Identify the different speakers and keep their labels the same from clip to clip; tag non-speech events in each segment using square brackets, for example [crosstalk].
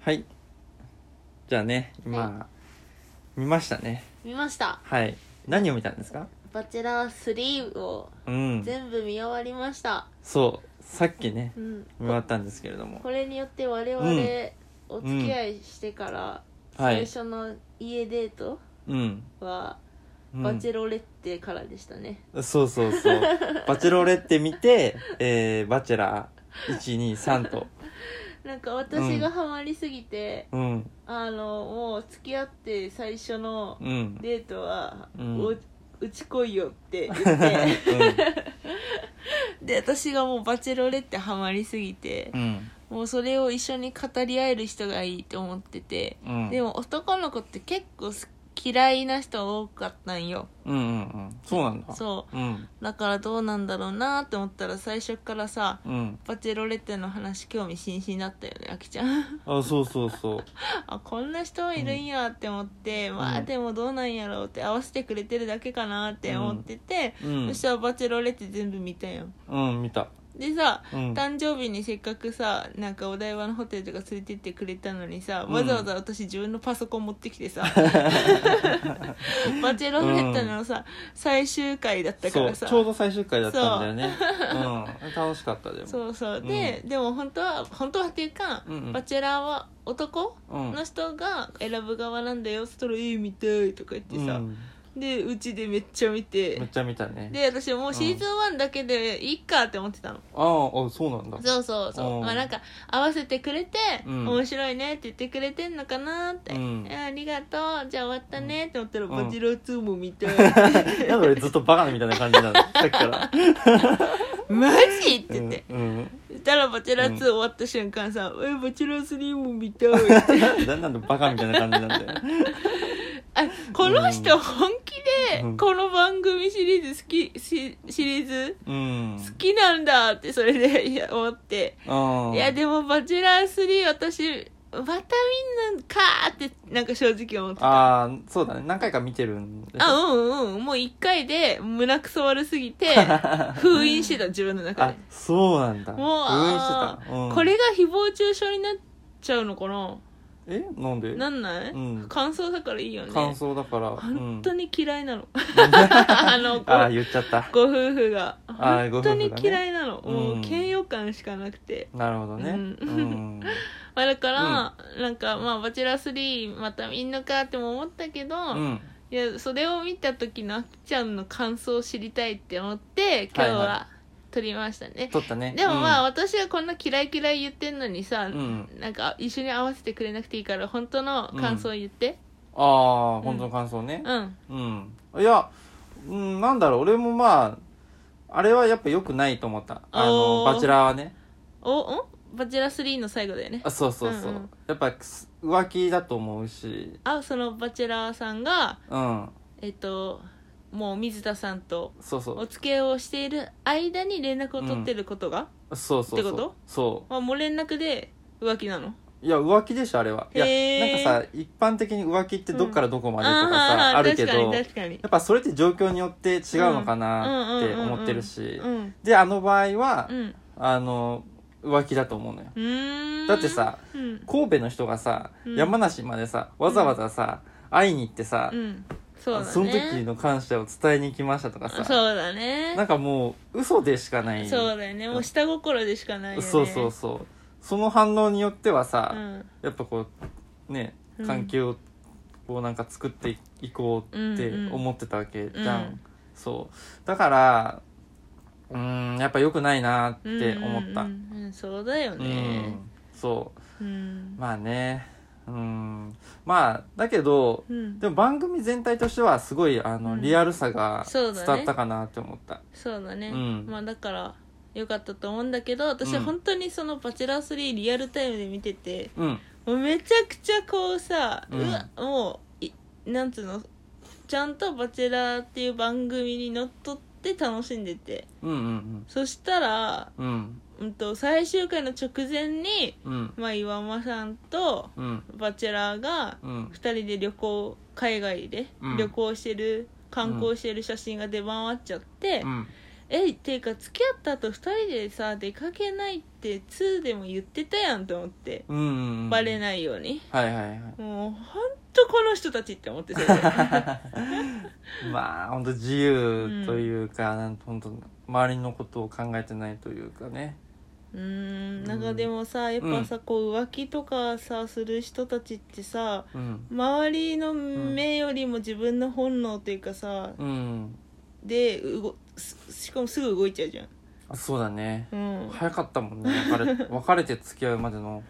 Speaker 1: はいじゃあね今、
Speaker 2: は
Speaker 1: 見ましたね
Speaker 2: 見ました
Speaker 1: はい何を見たんですか
Speaker 2: 「バチェラー3」を
Speaker 1: うん
Speaker 2: 全部見終わりました、
Speaker 1: そうさっきね
Speaker 2: うん、
Speaker 1: 見終わったんですけれども
Speaker 2: これによって我々
Speaker 1: うん
Speaker 2: お付き合いしてから
Speaker 1: うんはい
Speaker 2: 最初の家デート
Speaker 1: うん、
Speaker 2: は
Speaker 1: うん
Speaker 2: バチェロレッテからでしたね、
Speaker 1: そうそう
Speaker 2: [laughs]
Speaker 1: そう「バチェロレッテ」見て「えー、バチェラー123」と
Speaker 2: なんか私がハマりすぎて、
Speaker 1: うん
Speaker 2: あのもう付き合って最初の
Speaker 1: うん
Speaker 2: デートは、
Speaker 1: うん
Speaker 2: おうち来いよって言って
Speaker 1: [laughs]
Speaker 2: [laughs] で私がもうバチェロレッテハマりすぎて
Speaker 1: う、ん
Speaker 2: もうそれを一緒に語り合える人がいいと思ってて、
Speaker 1: うん
Speaker 2: でも男の子って結構す嫌いな人多かったんよ
Speaker 1: うんうんうんそうなんだ
Speaker 2: そう
Speaker 1: うん
Speaker 2: うだからどうなんだろうなって思ったら最初からさ
Speaker 1: うん
Speaker 2: バチェロレッテの話興味津々だったよねあきちゃん [laughs]
Speaker 1: あそうそうそう
Speaker 2: あこんな人いるんやって思って、まあ
Speaker 1: うん
Speaker 2: でもどうなんやろうって合わせてくれてるだけかなって思ってて、
Speaker 1: うん
Speaker 2: そしたらバチェロレッテ全部見たよ
Speaker 1: うん見た
Speaker 2: でさ
Speaker 1: うん
Speaker 2: 誕生日にせっかくさなんかお台場のホテルとか連れてってくれたのにさ、
Speaker 1: うん
Speaker 2: わざわざ私自分のパソコン持ってき
Speaker 1: [laughs]
Speaker 2: てさバチェロレットのさ、最終回だったか
Speaker 1: そ
Speaker 2: ら
Speaker 1: う
Speaker 2: さ
Speaker 1: ちょうど最終回だったんだよねうん楽しかったでも
Speaker 2: そうそうで、でも本当は本当はっていうか、
Speaker 1: うんうん
Speaker 2: バチェラーは男
Speaker 1: うん
Speaker 2: の人が選ぶ側なんだよそしたら「ええ見たい」とか言ってさ、
Speaker 1: うん
Speaker 2: でうちでめっちゃ見て
Speaker 1: めっちゃ見たね
Speaker 2: で私もうシーズン1だけでいいかって思ってたの
Speaker 1: あーあそうなんだ
Speaker 2: そうそうそうう、
Speaker 1: ん
Speaker 2: まあなんか合わせてくれて、
Speaker 1: うん
Speaker 2: 面白いねって言ってくれてんのかなって、
Speaker 1: うん
Speaker 2: えありがとうじゃあ終わったねって思ったら、
Speaker 1: ん
Speaker 2: バチェロー2も見たい
Speaker 1: なん [laughs] か俺ずっとバカみたいな感じ
Speaker 2: [laughs]
Speaker 1: なのさっきから
Speaker 2: マジって言って、
Speaker 1: うんうん
Speaker 2: そしたらバチェラー2終わった瞬間さ、えバチェラー3も見たい
Speaker 1: [laughs]
Speaker 2: って
Speaker 1: だんだんとバカみたいな感じなんだよね
Speaker 2: あこの人本気で
Speaker 1: うん
Speaker 2: この番組シリーズ好きシシリーズ
Speaker 1: うん
Speaker 2: 好きなんだってそれでいや思って
Speaker 1: あ
Speaker 2: いやでも「バチェラー3」私またみんなかーってなんか正直思ってたあ
Speaker 1: あーそうだね何回か見てるん
Speaker 2: [laughs]
Speaker 1: でしょ
Speaker 2: うんうんもう1回で胸くそ悪す
Speaker 1: [laughs]
Speaker 2: ぎて封印してた自分の中
Speaker 1: あ
Speaker 2: で
Speaker 1: そうなんだ
Speaker 2: もうあ
Speaker 1: 封印してた、
Speaker 2: ー
Speaker 1: うん
Speaker 2: これが誹謗中傷になっちゃうのかな
Speaker 1: えなんで
Speaker 2: なんない、
Speaker 1: うん
Speaker 2: 感想だからいいよね
Speaker 1: 感想だから
Speaker 2: 本当
Speaker 1: に、
Speaker 2: に嫌いなの [laughs] あの
Speaker 1: [laughs] うん、ああ
Speaker 2: ご
Speaker 1: 言っちゃった
Speaker 2: ご夫婦が
Speaker 1: あーご夫婦
Speaker 2: 本当
Speaker 1: がね
Speaker 2: に嫌いなの、もううん嫌悪感しかなくて
Speaker 1: なるほどね
Speaker 2: う
Speaker 1: うんん、
Speaker 2: [laughs] まあ、だから、なんかまあ「バチェラー3」またみんなかっても思ったけど、
Speaker 1: うん
Speaker 2: いやそれを見た時のあきちゃんの感想を知りたいって思って今日
Speaker 1: はい
Speaker 2: は
Speaker 1: は
Speaker 2: 撮りましたね、
Speaker 1: 撮ったね
Speaker 2: でもまあ、
Speaker 1: あ
Speaker 2: 私がこんな嫌い嫌い言ってんのにさ、
Speaker 1: うん、うん、
Speaker 2: なんか一緒に合わせてくれなくていいから本当の感想を言って
Speaker 1: ああ本当の感想ね
Speaker 2: うん、
Speaker 1: うん、いや、うん、なんだろう俺もまああれはやっぱ良くないと思ったあの
Speaker 2: おー
Speaker 1: バチェラーはね
Speaker 2: おんバチェラー3の最後だよね
Speaker 1: あそうそうそう、
Speaker 2: うんうん
Speaker 1: やっぱす浮気だと思うし
Speaker 2: あそのバチェラーさんが
Speaker 1: うん
Speaker 2: えっともう水田さんと
Speaker 1: そうそ
Speaker 2: お
Speaker 1: う
Speaker 2: 付き合いをしている間に連絡を取ってることが、
Speaker 1: そうそうそう
Speaker 2: ってこと
Speaker 1: そう
Speaker 2: まあ、もう連絡で浮気なの
Speaker 1: いや浮気でしょあれはいや
Speaker 2: へー
Speaker 1: なんかさ一般的に浮気ってどっからどこまでとかさ、
Speaker 2: あー
Speaker 1: あるけど
Speaker 2: 確かに
Speaker 1: や
Speaker 2: 確かに
Speaker 1: っぱそれって状況によって違うのかなって思ってるし
Speaker 2: うん
Speaker 1: であの場合は、
Speaker 2: うん
Speaker 1: あの浮気だと思うのよ
Speaker 2: うーん
Speaker 1: だってさ
Speaker 2: うん
Speaker 1: 神戸の人がさ、
Speaker 2: うん
Speaker 1: 山梨までさわざわざさ、会いに行ってさ、
Speaker 2: うんそうだね
Speaker 1: の時の感謝を伝えに来ましたとかさ
Speaker 2: そうだね
Speaker 1: なんかもう嘘でしかない
Speaker 2: そうだよねもう下心でしかないよね
Speaker 1: そうそうそうその反応によってはさ、
Speaker 2: うん
Speaker 1: やっぱこうね
Speaker 2: うん
Speaker 1: 関係をこうなんか作っていこうって
Speaker 2: うんうん
Speaker 1: 思ってたわけじゃん、
Speaker 2: うん
Speaker 1: そうだからうーんやっぱ良くないなっ
Speaker 2: うん
Speaker 1: て思った
Speaker 2: う
Speaker 1: うん
Speaker 2: んうんそうだよね
Speaker 1: そう
Speaker 2: うん
Speaker 1: まあねうんまあだけど
Speaker 2: うん
Speaker 1: でも番組全体としてはすごいあの、
Speaker 2: うん
Speaker 1: リアルさが
Speaker 2: そう
Speaker 1: 伝
Speaker 2: だね
Speaker 1: わったかなって思った
Speaker 2: そうだね
Speaker 1: うん
Speaker 2: まあだからよかったと思うんだけど私
Speaker 1: うん
Speaker 2: 本当にその「バチェラー3」リアルタイムで見てて
Speaker 1: うん
Speaker 2: もうめちゃくちゃこうさ、う
Speaker 1: うん
Speaker 2: わもういなんつうのちゃんと「バチェラー」っていう番組にのっとって楽しんでて
Speaker 1: うんうん
Speaker 2: そしたら、
Speaker 1: うんうん
Speaker 2: うん、と最終回の直前に、
Speaker 1: うん
Speaker 2: まあ、岩間さんと
Speaker 1: うん
Speaker 2: バチェラーが
Speaker 1: うん
Speaker 2: 2人で旅行海外で
Speaker 1: うん
Speaker 2: 旅行してる観光してる写真が出回っちゃって、
Speaker 1: うん
Speaker 2: えっていうか付き合った後2人でさ出かけないって2でも言ってたやんと思って、
Speaker 1: うんうんうん
Speaker 2: バレないように
Speaker 1: はいはいはい
Speaker 2: もうほんとこの人たちって思って [laughs] それで
Speaker 1: まあ本当自由というか、なん本当周りのことを考えてないというかね
Speaker 2: うーんなんかでもさやっぱさ、こう浮気とかさする人たちってさ
Speaker 1: うん
Speaker 2: 周りの目よりも自分の本能というかさ、
Speaker 1: うん
Speaker 2: でうごすしかもすぐ動いちゃうじゃん
Speaker 1: あそうだね
Speaker 2: うん、
Speaker 1: 早かったもんね別れ別れて付き合うまでの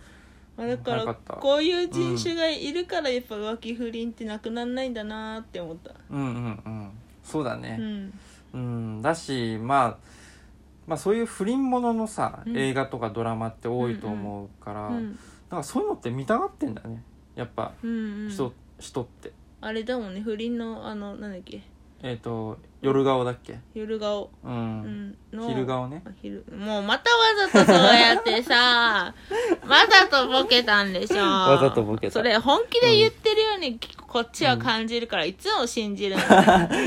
Speaker 2: まあ、だか
Speaker 1: 早
Speaker 2: ら
Speaker 1: かった
Speaker 2: こういう人種がいるからやっぱ浮気不倫ってなくなんないんだなって思った、
Speaker 1: うんうんうんそうだ
Speaker 2: う
Speaker 1: ね
Speaker 2: ん、
Speaker 1: うん、だしまあまあそういう不倫もののさ、
Speaker 2: うん
Speaker 1: 映画とかドラマって多いと思うか
Speaker 2: う
Speaker 1: ら、
Speaker 2: ん
Speaker 1: なんかそういうのって見たがってんだねやっぱ
Speaker 2: うんうん
Speaker 1: 人,、人って
Speaker 2: あれだもんね不倫のあのなんだっけ
Speaker 1: えっ、と夜顔だっけ
Speaker 2: 夜顔、
Speaker 1: う、
Speaker 2: うんん、の
Speaker 1: 昼顔ね
Speaker 2: あ昼もうまたわざとそうやって
Speaker 1: [laughs]
Speaker 2: さわざとボケたんでしょわ
Speaker 1: ざとボケた
Speaker 2: それ本気で言ってるように、こっちは感じるからいつも信
Speaker 1: [laughs]
Speaker 2: じるの、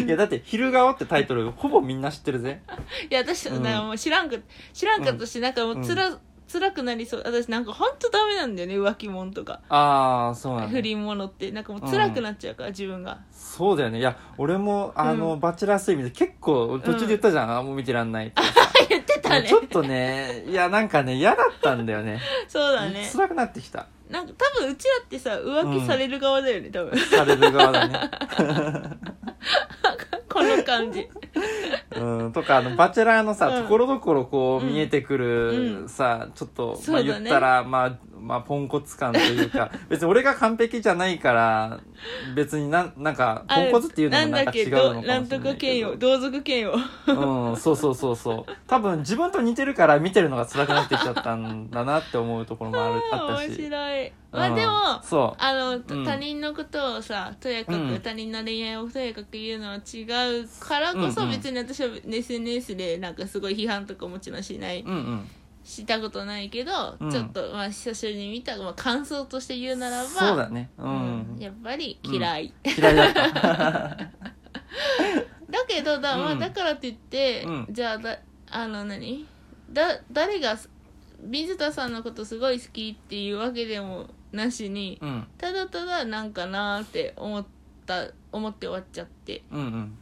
Speaker 2: い
Speaker 1: [laughs] いやだって「昼顔」ってタイトルほぼみんな知ってるぜ
Speaker 2: や私、
Speaker 1: うん
Speaker 2: なんかもう知らんく知らんかったし、なんかもうつら、辛くなりそう私なんか本当ダメなんだよね浮気者とか、
Speaker 1: ああそうなん
Speaker 2: 不
Speaker 1: だ
Speaker 2: 倫者ってなんかもう辛くなっちゃうから、自分が
Speaker 1: そうだよねいや俺もあの、バチェラー睡眠で結構途中で言ったじゃん、あもう見てらんないって
Speaker 2: 言ってた
Speaker 1: もう
Speaker 2: ね
Speaker 1: ちょっとねいやなんかね嫌だったんだよね
Speaker 2: そうだね
Speaker 1: 辛くなってきた
Speaker 2: なんか多分うちらってさ浮気される側だよね、
Speaker 1: [laughs]
Speaker 2: 多分
Speaker 1: される側だ
Speaker 2: [laughs]
Speaker 1: ね、
Speaker 2: この感じ
Speaker 1: うん、とかあのバチェラーのさ
Speaker 2: うん
Speaker 1: ところどころこう見えてく
Speaker 2: う
Speaker 1: るさ、ちょっと、ま
Speaker 2: そ
Speaker 1: あ、
Speaker 2: うだ
Speaker 1: 言
Speaker 2: ね
Speaker 1: ったら、まあまあポンコツ感という
Speaker 2: [laughs]
Speaker 1: か別に俺が完璧じゃないから別になんなんかポンコツっていうのもなんか違うのかもしれ
Speaker 2: な
Speaker 1: ない
Speaker 2: ん
Speaker 1: け
Speaker 2: と
Speaker 1: ど
Speaker 2: か兼用同族兼用
Speaker 1: うん、そうそうそうそう。多分自分と似てるから見てるのが辛くなってきちゃったんだなって思うところもあるあった
Speaker 2: 面
Speaker 1: し。
Speaker 2: 白いまあ
Speaker 1: うん
Speaker 2: でも、
Speaker 1: そ
Speaker 2: あの
Speaker 1: うん
Speaker 2: 他人のことをさとやか
Speaker 1: う
Speaker 2: く
Speaker 1: ん
Speaker 2: 他人の恋愛をとやかく言うのは違うからこ
Speaker 1: うん
Speaker 2: そ
Speaker 1: うん。
Speaker 2: 別に私は SNS でなんかすごい批判とかもちろんしないう
Speaker 1: うんうん。
Speaker 2: したことないけど、
Speaker 1: うん
Speaker 2: ちょっとまあ久しぶりに見た、まあ、感想として言うならば
Speaker 1: そうだね。う
Speaker 2: うん
Speaker 1: ん。
Speaker 2: やっぱり嫌い、
Speaker 1: 嫌いだった。
Speaker 2: [laughs] だけどだ,、まあ、
Speaker 1: うん
Speaker 2: だからといって、
Speaker 1: うん
Speaker 2: じゃあだあの何だ誰が水田さんのことすごい好きっていうわけでもなしに
Speaker 1: うん。
Speaker 2: ただただなんかなーって思った思って終わっちゃって
Speaker 1: うんうん。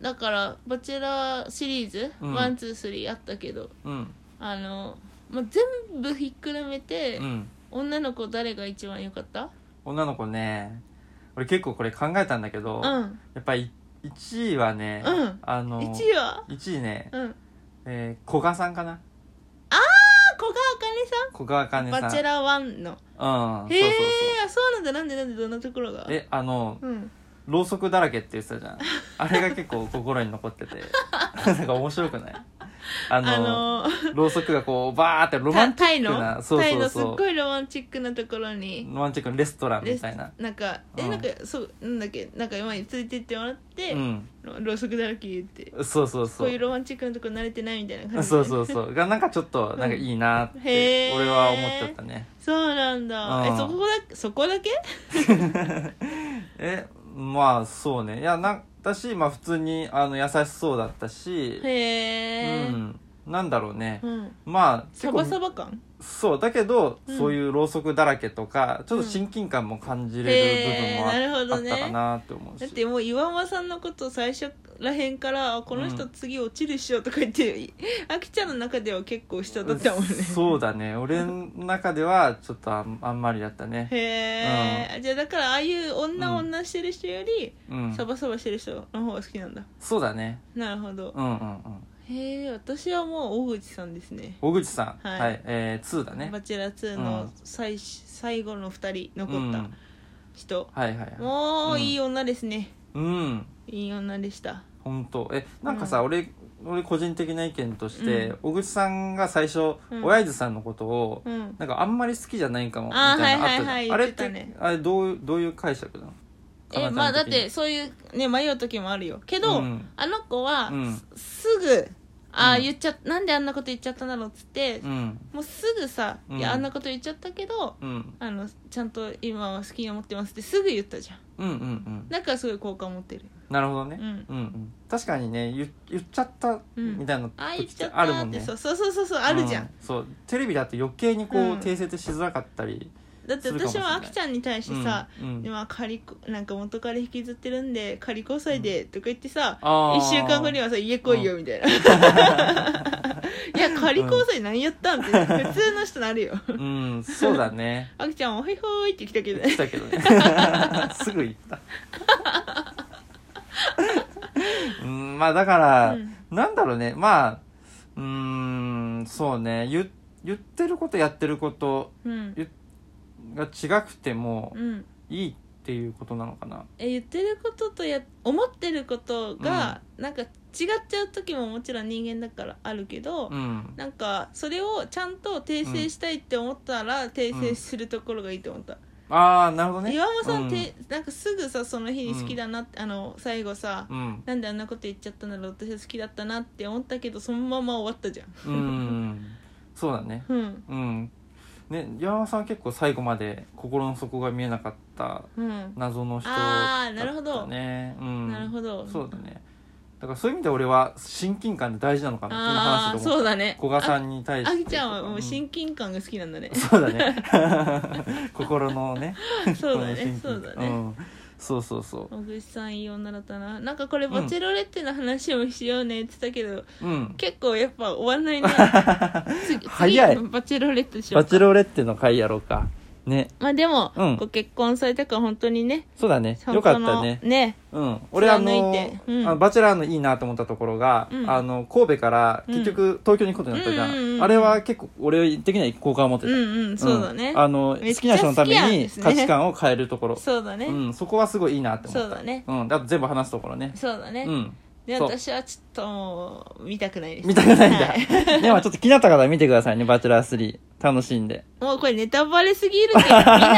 Speaker 2: だから「バチェラー」シリーズ、
Speaker 1: うん
Speaker 2: ワンツースリーあったけど
Speaker 1: うん。
Speaker 2: あの、まあ、全部ひっくるめて、
Speaker 1: うん。
Speaker 2: 女の子誰が一番良かった
Speaker 1: 女の子ね、俺結構これ考えたんだけど、
Speaker 2: う
Speaker 1: や
Speaker 2: ん
Speaker 1: っぱり1位はね
Speaker 2: うん、
Speaker 1: あの、
Speaker 2: 1位は
Speaker 1: 1位ね、
Speaker 2: うんあ
Speaker 1: えー、古賀さんかな。
Speaker 2: 古賀
Speaker 1: 古賀
Speaker 2: あか
Speaker 1: 茜
Speaker 2: ねさ
Speaker 1: さ
Speaker 2: ん
Speaker 1: ん。
Speaker 2: バチェラー1の
Speaker 1: うん。そう
Speaker 2: へ
Speaker 1: そ
Speaker 2: え
Speaker 1: うそう。
Speaker 2: あそうなんだなんでなんでどんなところが
Speaker 1: え、あの、
Speaker 2: うん
Speaker 1: ろうそくだらけって言ってたじゃんあれが結構心に残って [laughs] てなんか面白くないあの
Speaker 2: あの
Speaker 1: ろうそくがこうバーってロマ
Speaker 2: た
Speaker 1: ンチッ
Speaker 2: タイ
Speaker 1: ク
Speaker 2: の
Speaker 1: なそう
Speaker 2: タイ
Speaker 1: そう
Speaker 2: のすっ
Speaker 1: そう
Speaker 2: ごいロマンチックなところに
Speaker 1: ロマンチックなレストランみたいな
Speaker 2: なんかえ
Speaker 1: うん
Speaker 2: なんかそうなんだっけなんか今についてってもらって
Speaker 1: うん
Speaker 2: ろろうそくだらけ言って
Speaker 1: そうそうそ
Speaker 2: こ
Speaker 1: う
Speaker 2: ういうロマンチックなところ慣れてないみたいな感じ
Speaker 1: そうそうそうがなんかちょっとなんかいいなっ
Speaker 2: うんへ
Speaker 1: て
Speaker 2: ー
Speaker 1: 俺は思っちゃったね
Speaker 2: そうなんだ
Speaker 1: うん
Speaker 2: えそこだそこだけ
Speaker 1: [laughs] えまあそうねいやなんだし、まあ、普通にあの優しそうだったし、
Speaker 2: へえ
Speaker 1: うんなんだろうね、
Speaker 2: うん
Speaker 1: まあ結
Speaker 2: サ
Speaker 1: 構
Speaker 2: バサバ感
Speaker 1: そうだけど、
Speaker 2: うん
Speaker 1: そういうろうそくだらけとかちょっと親近感も感じれる部分もあ,、
Speaker 2: うんへーなるほどね
Speaker 1: あったかなって思う
Speaker 2: だっ
Speaker 1: して
Speaker 2: もう岩間さんのこと最初らへんからあこの人次落ちるっしょとか言って、あきちゃんの中では結構下だったもんね
Speaker 1: そうだね俺の中ではちょっとあんあんまりだったね、
Speaker 2: へえ、あじゃあだからああいう女
Speaker 1: うん
Speaker 2: 女してる人より、
Speaker 1: うん、
Speaker 2: サバサバしてる人の方が好きなんだ
Speaker 1: そうだね
Speaker 2: なるほど、
Speaker 1: うんうんうん
Speaker 2: へえ私はもう大口さんですね
Speaker 1: 小口さん
Speaker 2: は
Speaker 1: はいい、えー、2だね
Speaker 2: バチェラー2
Speaker 1: う
Speaker 2: の
Speaker 1: ん
Speaker 2: 最,、最後の2人
Speaker 1: う
Speaker 2: 残
Speaker 1: ん
Speaker 2: っ
Speaker 1: は
Speaker 2: た人、
Speaker 1: いはいはい
Speaker 2: もう
Speaker 1: うん
Speaker 2: いい女ですね、
Speaker 1: うん
Speaker 2: いい女でした
Speaker 1: 本当えなんかさ、
Speaker 2: うん
Speaker 1: 俺俺個人的な意見として、
Speaker 2: うん
Speaker 1: 小口さんが最初、
Speaker 2: うん
Speaker 1: 親父さんのことを、
Speaker 2: うん
Speaker 1: なんかあんまり好きじゃないかもみ
Speaker 2: あー
Speaker 1: たいなのあったじゃん、
Speaker 2: はいはいはい
Speaker 1: あれっ
Speaker 2: 言
Speaker 1: て
Speaker 2: ってたね
Speaker 1: あれどういうどういう解釈なのかなち
Speaker 2: え
Speaker 1: ゃん的に
Speaker 2: まあだってそういうね迷う時もあるよけど、
Speaker 1: うん
Speaker 2: あの子は、
Speaker 1: うん
Speaker 2: すぐああ
Speaker 1: うん
Speaker 2: 言っちゃなんであんなこと言っちゃったんだろうっつって、
Speaker 1: うん
Speaker 2: もうすぐさ、
Speaker 1: うん
Speaker 2: いやあんなこと言っちゃったけど
Speaker 1: うん
Speaker 2: あのちゃんと今は好きに思ってますってすぐ言ったじゃん
Speaker 1: うんうんうん
Speaker 2: だからすごい好感持ってる
Speaker 1: なるほどね、
Speaker 2: う
Speaker 1: う
Speaker 2: ん
Speaker 1: んうん確かにね言言っちゃった
Speaker 2: うん
Speaker 1: みたいな
Speaker 2: ああ言っ
Speaker 1: 時っ
Speaker 2: ちゃ
Speaker 1: て
Speaker 2: った
Speaker 1: あるも
Speaker 2: ーっ
Speaker 1: ん
Speaker 2: て、
Speaker 1: ね、
Speaker 2: そうそうそうそうそうあるじゃん、
Speaker 1: うそうテレビだって余計にこう、
Speaker 2: うん
Speaker 1: 訂正ってしづらかったり
Speaker 2: だって
Speaker 1: するかもしれ
Speaker 2: 私
Speaker 1: ない
Speaker 2: はあきちゃんに対してさ、
Speaker 1: うんうん
Speaker 2: 今仮こなんか元から引きずってるんで仮交際でとか言ってさ、
Speaker 1: あー
Speaker 2: 一1週間後にはさ家来いよみたいな、 [laughs] いや仮交際何やったんって普通の人なるよ
Speaker 1: うんそうだね
Speaker 2: あきちゃんおいほいって来たけど
Speaker 1: 言ってた
Speaker 2: ね
Speaker 1: けど
Speaker 2: [laughs]
Speaker 1: ねすぐ言ったうん [laughs] まあだから、
Speaker 2: うん
Speaker 1: なんだろうねまあうーんそうね言言ってることやってること
Speaker 2: うん
Speaker 1: が違くても
Speaker 2: うん
Speaker 1: いいっていうことなのかな
Speaker 2: え言ってることとや思ってることが、なんか違っちゃう時ももちろん人間だからあるけど、
Speaker 1: うん
Speaker 2: なんかそれをちゃんと訂正したいって思ったら、訂正するところがいいと思った、
Speaker 1: ああなるほどね
Speaker 2: 岩間さん、
Speaker 1: う
Speaker 2: てなんかすぐさその日に好きだなって、あの最後さ、
Speaker 1: うん
Speaker 2: なんであんなこと言っちゃったんだろう私は好きだったなって思ったけどそのまま終わったじゃん
Speaker 1: うんそうだね
Speaker 2: うん
Speaker 1: うんね山田さんは結構最後まで心の底が見えなかった
Speaker 2: うん
Speaker 1: 謎の人
Speaker 2: あーなるほど
Speaker 1: だったねうん
Speaker 2: なるほど
Speaker 1: そうだねだからそういう意味で俺は親近感で大事なのかな今
Speaker 2: ああ
Speaker 1: 話してて思
Speaker 2: そう
Speaker 1: った
Speaker 2: だね
Speaker 1: 古賀さ
Speaker 2: あ
Speaker 1: んに対して
Speaker 2: あきちゃんはもう
Speaker 1: 近
Speaker 2: 親近感が好きなん
Speaker 1: [laughs]
Speaker 2: だね
Speaker 1: そうだね心のね [laughs]
Speaker 2: そ
Speaker 1: 心
Speaker 2: うだ
Speaker 1: の
Speaker 2: ね
Speaker 1: 親近
Speaker 2: そ
Speaker 1: 感
Speaker 2: うだね
Speaker 1: んそうそうそ
Speaker 2: 小口さんいい女だったななんかこれバチェロレッテの話もしようねって言ってたけど、
Speaker 1: ううん
Speaker 2: 結構やっぱ終わんな
Speaker 1: [laughs]
Speaker 2: いね次
Speaker 1: 早い
Speaker 2: 次バチェロレッテでしょ
Speaker 1: バチェロレッテの回やろうかね
Speaker 2: まあでも、
Speaker 1: うん
Speaker 2: ご結婚されたから本当にね
Speaker 1: そうだねよかったねうん、俺あ
Speaker 2: 貫
Speaker 1: の
Speaker 2: いてうん
Speaker 1: あのバチェラーのいいなと思ったところが、
Speaker 2: うん
Speaker 1: あの神戸から結局東京に行くことになったじゃん,、
Speaker 2: うんうんうんうん
Speaker 1: あれは結構俺的には好感を持って
Speaker 2: う
Speaker 1: た、
Speaker 2: んうんそうだね、
Speaker 1: んあの好
Speaker 2: めっちゃ
Speaker 1: きな人のため
Speaker 2: 好きなん
Speaker 1: に
Speaker 2: ですね
Speaker 1: 価値観を変えるところ
Speaker 2: そうだね、
Speaker 1: うん、そこはすごいいいなって思った
Speaker 2: そうだね
Speaker 1: うん、あと全部話すところね
Speaker 2: そうだね、
Speaker 1: うん
Speaker 2: で
Speaker 1: そう
Speaker 2: 私はちょっともう見たくないです
Speaker 1: 見たくないんだ、
Speaker 2: は
Speaker 1: でもちょっと気になった方は見てくださいね「バチェラー3」楽しんで
Speaker 2: もうこれネタバレすぎるけどみんな